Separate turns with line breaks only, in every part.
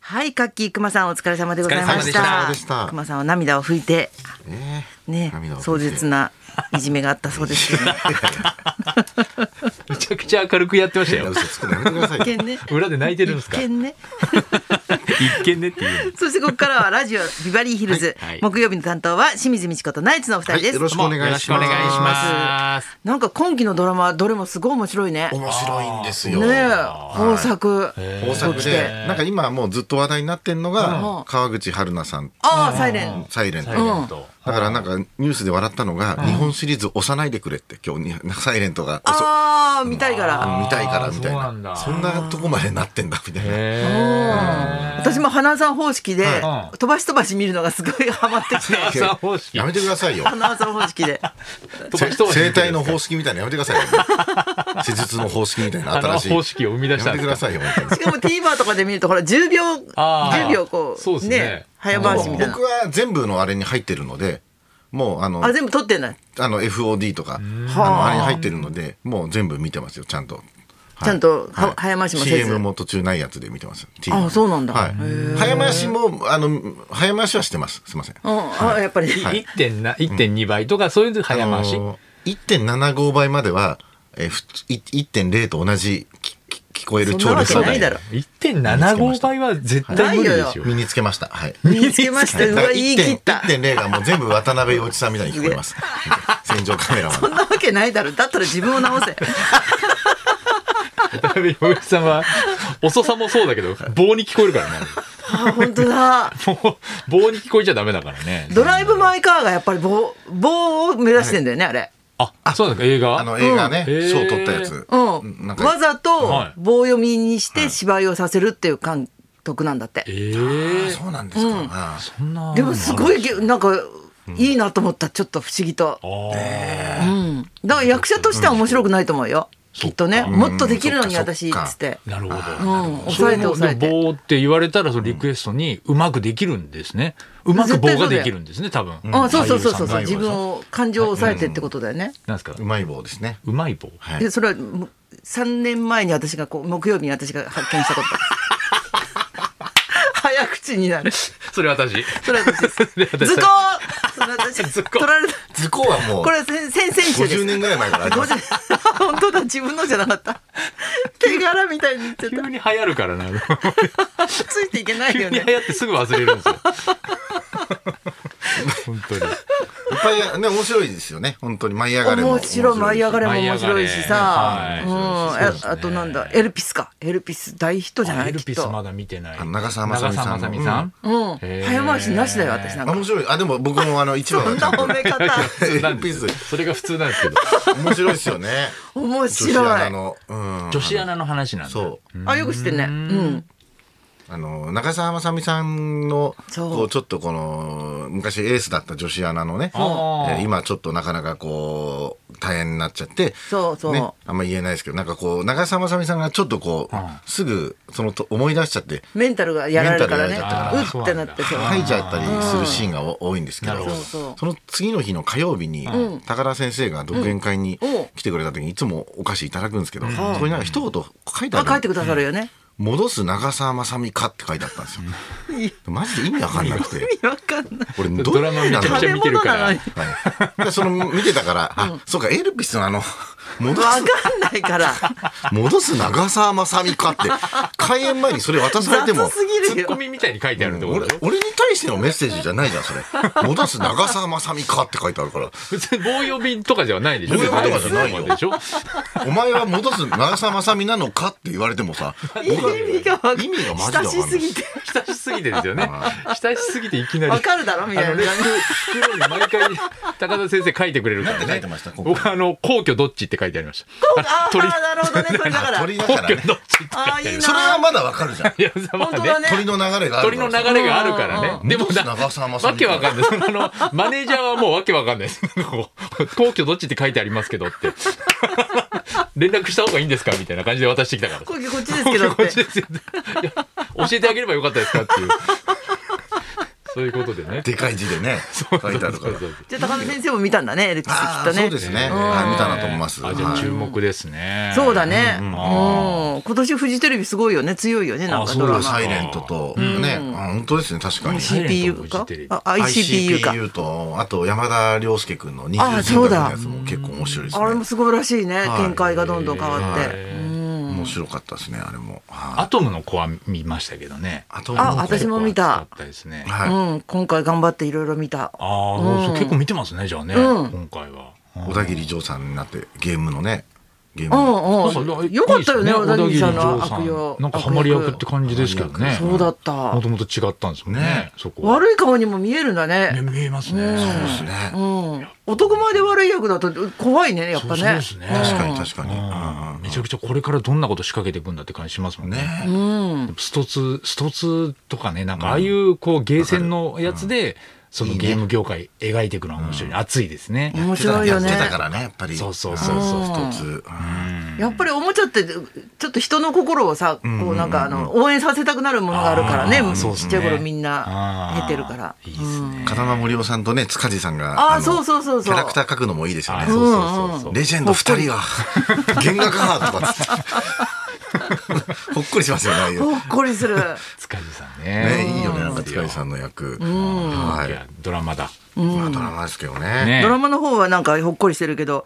はい、カッキー熊さんお疲れ様でございまし
お
た。
疲れ様
熊
で
した
さんは涙を拭いて、
ね
ね、壮絶な
な。
いじめがあったそうですよね。
めちゃくちゃ明るくやってました
いや
よ。
嘘つくのやめてくださいよ。
一見ね。
裏で泣いてるんですか
一見ね。
一見ねっていう。
そしてここからはラジオビバリーヒルズ、
はいはい
木曜日の担当は清水美智子とナイツのお二人
はい
です。
よろしくお願いします
よろくお願いします。
なんか今期のドラマどれもすごい面白いね。ね
面白いんです
え、
よ。
豊作。
豊作で、なんか今もうずっと話題になってんの
うん
が、川口春奈さん、
ああ、サイレン。
サイレント。
サイ
だ
レント
からなんかニュースで笑ったのが、日本シリーズ押さないでくれって、今日に、サイレントが押そ
ああ、見たいから。
見たいからみたい
あーそうなんだ
な。そんなとこまでなってんだみたいな。
へ
私も花さん方式で
はい
飛ばし飛ばし見るのがすごいハマって きて
ー。朝方式
や。めてくださいよ。
花さん方式で
せ生体の方式みたいなのやめてくださいよ。施術の方式みたいな新しい。
あの方式を生み出した
や
ん
め
で
て
す
く
か
ださいよ。本当 に
しかも TVer とかで見るとほら10秒
あー
10秒こ
そうで
う
す
ね
ね
早回しみたいな
僕は全部のあれに入ってるので、もうあの、
あ全部撮ってない
あの FOD とか、あ
は
の
あ
あれに入ってるので、もう全部見てますよ、ちゃんと。はい
ちゃんとは早回しもせず
CM も途中ないやつで見てます。TV
あそうなんだ
は
へ
い。早回しも、あの、早回しはしてます。すいません。
うんあやっぱり
はい
1.2倍とかそういうの早回し
あ。の1.75倍までは、えーふい1.0と同じきき聞こえる聴力
そんなわけないだろ
1.75倍は絶対無理でしょ。
身につけました。はい。
身につけましたう
だか
わ
ら
言い切ったそん
1.0がもう全部渡辺陽一さんみたいに聞こえます。戦場カメラマン。
なわけないだろだったら自分を直せ
渡辺陽一さんは遅さもそうだけど棒に聞こえるからね。
あ本当だ
もう棒に聞こえちゃダメだからね。
ドライブ・マイ・カーがやっぱり棒棒を目指してんだよねあれ
あ、そうなんだ映画。
あの映画ね、
うんへー
賞取ったやつ。
うん
なん
わ
か、
ざ
は
と
い
棒読みにして芝居をさせるっていう監督なんだって
ええ
そうなんですか。あ
そんな
でもすごいげなんかいいなと思ったちょっと不思議と
あ
うんだから役者としては面白くないと思うよきっとね
そっ
もっとできるのに
うんそっか
私っつって
ーなるほど。
うん抑えて抑え
それ
て
も棒って言われたらそのリクエストにうまくできるんですね。うまく棒ができるんですね多分。
あそうそうそうそうそう
俳優
自
さんが
分を感情を抑えてってことだよね
なんですか
う。まい棒ですね。
うまい棒。
はい
で。それはむ3年前に私がこう木曜日に私が発見したこと早口になる
それ私。
それは 私です
れ私
図工それ私
図工
取られた
図工はもう
こ、れ先先々週です
50年ぐらい前からあり ます。
50 本当だ自分のじゃなかった手柄みたいに言っちゃっ
急
た
に流行るからな。
ついていけない
急
よ
に
ね
流行ってすぐ忘れる んですよ。本当に。
いっぱいね、面白いですよね。本当に舞い上がれも。
もちろん舞い上がれも
舞い
面
上がれ
白いしさ
は、い
うん、
そう
あ
ですね
あとなんだエルピスかエルピス大ヒットじゃ
あ
ない
エル
き
ピ
っ
ス
と
まだ見てない。
あ長澤まさみさんの
長澤まさみさん。
うん
へー
早回しなしだよ私なん
あ
か
面白い。あ、でも僕もあの、一
そ
番
んな褒め方
普通なんですよ
エルピ
それが普通なん ですけど。
面白いですよね。
面
女子ア
白
ナ
い
の、うん
女子アナの話なんだ。
そう。
あよく知ってんねうん
あの長澤まさみさんの
そう
こうちょっとこの昔エースだった女子アナのね、え
あー
ー今ちょっとなかなかこう大変になっちゃって
そうそう
ね、あんま言えないですけどなんかこう長澤まさみさんがちょっとこう、
うん
すぐそのと思い出しちゃって
メンタルがやられるからね
メンタル
やら
う
れ
っ
ちゃったから
てなってそう
吐いちゃったりするシーンがお多いんですけど
なるほ
ど
その次の日の火曜日に、高田先生が独演会に
うん
来てくれた時にいつもお菓子いただくんですけど、そこになんか一言書いてあ
あ
る
帰ってくださるよね
戻す長澤まさみかって書いてあったんですよ。 マジで意味わかんなくて。
意味わかんない
俺ど
ドラマめちゃ
な
くちゃ見てるから。
食
はいで、その見てたから、あ、そうか、エルピスの あの、戻
わ
す、
かんないから
戻す長澤まさみかって、開演前にそれ渡されても
雑、すぎる
ツッコ
よ
ミみたいに書いてあるってこと
俺
だろ。
俺に対してのメッセージじゃないじゃん、それ。戻す長澤まさみかって書いてあるから、
別に棒読みとかじゃないでしょ。
棒読みとかじゃないよ
でしょ。
お前は戻す長澤まさみなのかって言われてもさ、
意味がわかん
意味がマジで
親
わかんない
しすぎて
親しすぎてですよね。親しすぎていきなり。
わかるだろみたいな
あのね、袋に毎回高田先生書いてくれるから
書い
ね
て。ました、ここ
僕あの皇居どっちって書いてありまし
ああ
鳥
なるほどねこれだから
鳥だ
た。
か
皇
ら
居
ね。
どっちって書いて
あ
あ
あいい
る。
な
それはまだわかるじゃん。
いやまあ
本当だね
鳥の流れがある
鳥
か
の
ら
流
さ。
れがあるから
う
ね。でも
戻す
な。
長澤まさみ
わけわかん
い。
ない。そのあの、マネージャーはもうわけわかんないです。こう皇居どっちって書いてありますけどって。連絡した方がいいんですかみたいな感じで渡してきたから。
こっち こっちですけどっ
こってちですよいや教えてあげればよかったですかっていう。そういうことでね。
でかい字でね、書いてある
そ
か
う
ら
そ。うそう
じゃあ高見先生も見たんだねエレキき
あ
っ
あ、
と
そう
ね
ですね。
うん
はい、見たなと思います。
あじゃあ
はい
注目ですね。
そうだ。ね、うん
ん
今年フジテレビすごいよね強いよねなんか
あそ
ド
う
ラ
だ
マ
サイレントと、ね、あ本当ですね、確かに。
イレ
CPU
ント
か
もフジテレビ
あ ICPU か
ICPU と、あと山田涼介くんの二
あ
重人
そう
格の
だ
やつも結構面白いですね
あれ。もすごいらしいね、
はい
展開がどんどん変わって、
はい
うん
面白かったですね、あれも。はい
アトムの子は見ましたけどね。
あと
あ私も見た
結構熱かったですね。
はい。
うん、今回頑張っていろいろ見た
ああ、そうそう結構見てますね、じゃあね、
うん
今回は。
小田切嬢さんになってゲームのねゲーム
う
の
んうんよかったよね小田切さんの悪用
なんかハマり役って感じですけどね。
そうだった
もともと違ったんですもんね。
ね
そこ。
悪い顔にも見えるんだ
ね
ね
見えますね。
うん
そうですね、
うん男前で悪い役だと怖いねやっぱね
そうですね
確
確
かに確かに、うん
うんめちゃくちゃこれからどんなこと仕掛けていくんだって感じしますもんね。
ね、
うん
ストツ、ストツとかね、なんかああいうこうゲーセンのやつで、そのゲーム業界描いていくのは面白いね。熱いですね。
面白いよね
やってたからねやっぱり
そうそうそう
そう
一つ、うん
やっぱりおもちゃってちょっと人の心をさこうなんかあの応援させたくなるものがあるからね
あーそうっす
ちっ
ね
ちゃい頃みんな
あー
経てるから
いいですね。
風間森夫さんとね塚地さんが
あー
の
そうそうそうそう
キャラクター描くのもいいですよ
あ
ね
ーそうそうそうそう。
レジェンド二人が原画かとかっつ ってほっこりしますよねああいう
ほっこりする
塚地さんね。
ねいいよねなんか塚地さんの役、はいい、
や、ドラマだ。
まあドラマですけどね
ね
ドラマの方はなんかほっこりしてるけど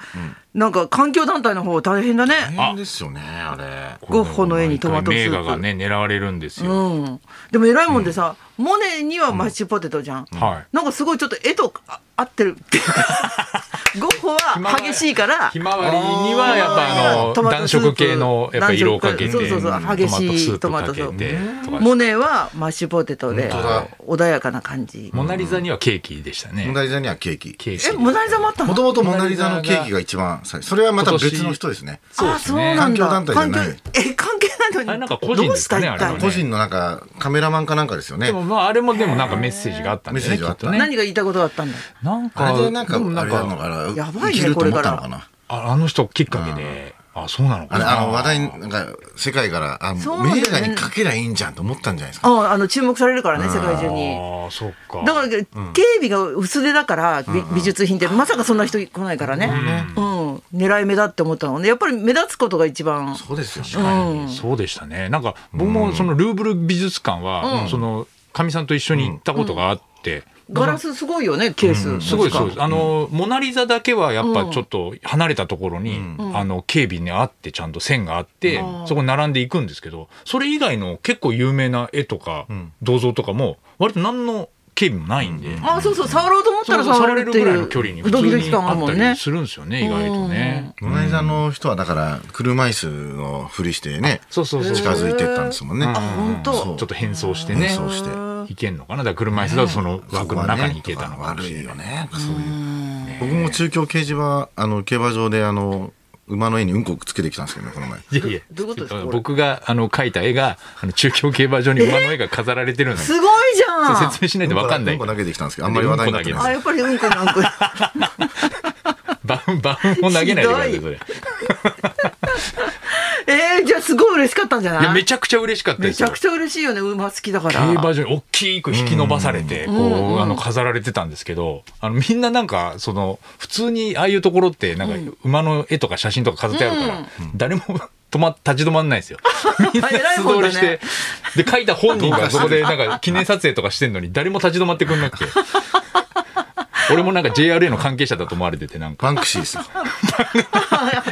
なんか環境団体の方大変だね
大変ですよねあれ
ゴッホの絵にトマトスープ
名画がね、狙われるんですよ。
うん、でも偉いもんでさ、モネにはマッシュポテトじゃん、
はい
なんかすごいちょっと絵とあ合ってる っていうかゴッホは激しいから
ひまわりにはやっぱあの
トマト
暖
スープ
色系のやっぱ色をかけ
暖
て
色そうそうそう激しい
トマトスープ
トマトスー
か
プ
けてとか
モネはマッシュポテトで
本当だ
穏やかな感じ
モナリザにはケーキでした
モ
ね。
ナリザにはケーキ
ケーキ
えモナリザもあ ったの
もともとモナリザのケーキが一番最初それはまた別の人ですね
そう
あ
です
そう
ね
なんだ
環境団体じゃない
環境え関係ない
あ
の
れ
に
なんか個人ですかね
どうした一体
あれはね
個人のなんかカメラマンかなんかですよね
でもまああれもでもなんかメッセージがあったんですね
メッセ
き
ージがあ
っ
った
とね。
何が言いたいことだったんだ
なん
あ
か
れでなんかあ
で
れ
もな
な
んん
か
か
のから
やばいね
けると思ったのかな
ああの人きっかけであそうなの
あ
か
れ
な。
あの話題なんか世界からあ
そうなんだ
名
よね
画にかけりゃいいんじゃんと思ったんじゃないですか
ああの注目されるからね世界中に
ああそっか。
だから警備が薄手だから、び美術品ってまさかそんな人来ないからね、うん狙い目だって思ったのねやっぱり目立つことが一番
そうですよね
うん
そうでしたね。なんか僕もそのルーブル美術館は、そのかみさんと一緒に行ったことがあって。
ガラスすごいよねケース、
すごい
確
そ
か
うです。あの、モナリザだけはやっぱちょっと離れたところに、あの、警備にあって、ちゃんと線があって、そこに並んでいくんですけど、それ以外の結構有名な絵とか、銅像とかも、割と何の警備もないんで、
あそうそう触ろうと思ったら
そう
触
触
れ
れ
る
る
って
ぐらい
い
の
う
距離に普
ド
通
キドキ
に
感あ
あ
る
っ
も
た
んね
りするんですよね、意外とね。
モナリザの人はだから車椅子のふりしてね
そうそうそう。
近
ち
づいてったんですもんね
あ本当
そ
ょ
う
っと変装してね
ね。そうして
いけんのかなだから車椅子だとその枠の中に行けたの
が
かも
悪
しれ
い
な
よ
い。
ねそういう僕も中京掲示板あの競馬場であの馬の絵にうんこくっつけてきたんですけどねこの前
いやいや
どういうことですかこれ
僕があの描いた絵があの中京競馬場に馬の絵が飾られてるの
すごいじゃん
説明しないと分かんな
う
い
んこ投げてきたんですけどあんまり話題になってない
あやっぱりうんこにうんこ
バウン バウンを投げないでくださいそれい
えー、じゃあすごい嬉しかったんじゃない
やめちゃくちゃ嬉しかった
め
です
ちゃ
よ
くちゃ嬉しいよね馬好きだから
競馬場に大きく引き伸ばされてこうあの飾られてたんですけどあのみんななんかその普通にああいうところってなんか馬の絵とか写真とか飾ってあるから誰も 止ま立ち止まんな いですよみんな
偉い
素
もんだ
通
ね
りしてで書いた本人がそこでなんか記念撮影とかしてんのに誰も立ち止まってくん なくて俺もなんか JRA の関係者だと思われててなんか
バンクシーさん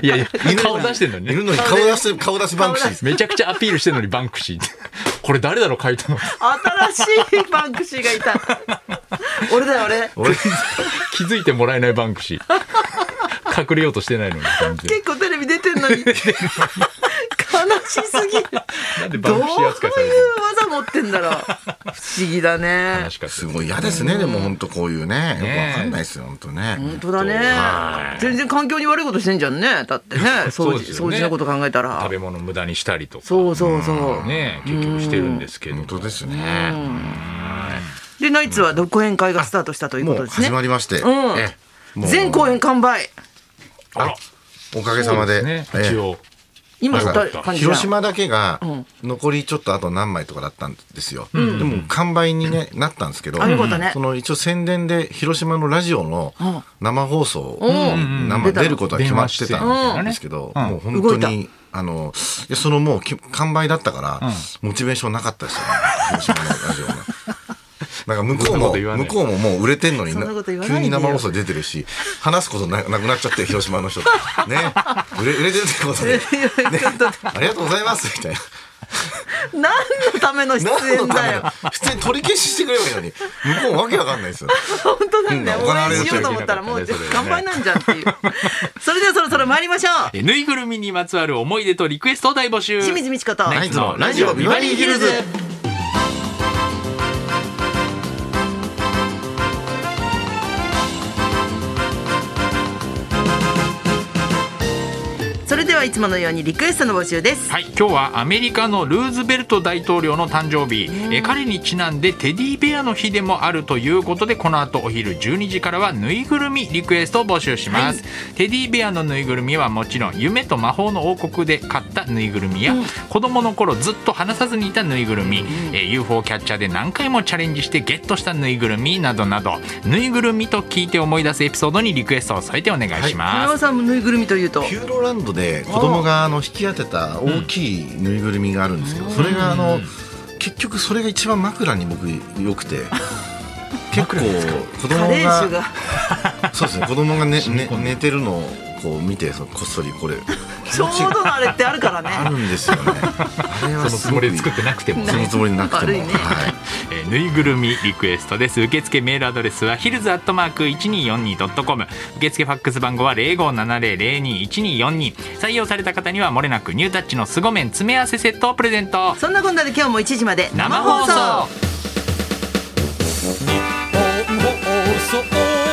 いやいや
の
顔出してんのにね
いるのに顔出し顔出しバンクシー
めちゃくちゃアピールしてるのにバンクシーって。これ誰だろう書いたの
新しいバンクシーが いた俺だよ俺
俺
気づいてもらえないバンクシー。隠れようとしてないのに。感じで
結構テレビ出てんのに悲しすぎる
なんで バ
どう
ン
いう
クシー扱いされてる
技持ってんだろう不思議だね
悲しかったです
すごい嫌ですね、でも本当こういうね、よく
ね
わかんないですよ、本当ね。
本当だ
は
ね全然環境に悪いことしてんじゃんねだってね
そ
掃
う
除
ですよ
掃
ね
除のこと考えたら
食べ物無駄にしたりとか。
そうそうそう
ね結局してるんですけど
本。当ですね。
でナイツは独演会がスタートしたというこ
も
と
う
ですね
始まりまして、
うん
えもう
全公演完売
あら、
おかげさま
そ
で、
うすね。
え
一応。
今の感じだ
広島だけが
ん
残りちょっとあと何枚とかだったんですよ、でも完売に、ねなったんですけど、
あよかったね
その一応宣伝で広島のラジオの
うん
生放送、
うん
生出ることは決まってたんですけど、
うん
もう
動
本
い
当
た
にあのいやそのもうき完売だったから、モチベーションなかったですよね広島のラ ジオね。なんか向こう
そんなこと言わ
も
ない
向こうももう売れてんのに
そんなこと言わないで
急
よ
に生放送出てるし話すことななくなっちゃって広島の人とね売れ売れてるってことでありがとうございますみたいな。
何のための出
何の
演
た
だ
め
よ
の普通に取り消ししてくればいいのに向こうわけわかんないですよ。
本当なんだよ
うん
応援しようと思ったらもう頑張りなんじゃんっていう それではそろそろ参りましょう
えぬいぐるみにまつわる思い出とリクエストを大募集
清水美智子と
ナイツのラジオビバリーヒルズ。
それではいつものようにリクエストの募集です
はい、今日はアメリカのルーズベルト大統領の誕生日、え彼にちなんでテディベアの日でもあるということでこの後お昼12時からはぬいぐるみリクエストを募集します、テディベアのぬいぐるみはもちろん夢と魔法の王国で買ったぬいぐるみや、子供の頃ずっと離さずにいたぬいぐるみ、えー UFO キャッチャーで何回もチャレンジしてゲットしたぬいぐるみなどなどぬいぐるみと聞いて思い出すエピソードにリクエストを添えてお願いします、
花輪さんもぬいぐるみというと
ピューロランドで子供があの引き当てた大きいぬいぐるみがあるんですけど、それがあの結局それが一番枕に僕 良くて。結構子供
カレー酒
が
が
そうですね子供がね
染み
ね
込んで
寝てるのをこう見てそのこっそりこ れ
ちょうどのあれってあるからね
あるんですよ ね。あれ
その
は
つ
す
も
ご
り
い
で作ってなくても
そのつもりなくても、
悪いね
はい。
えーぬいぐるみリクエストです受付メールアドレスはヒルズアットマーク 1242.com 受付ファックス番号は0570021242採用された方にはもれなくニュータッチの凄麺詰め合わせセットをプレゼント
そんなこんなで今日も1時まで
生放送
放送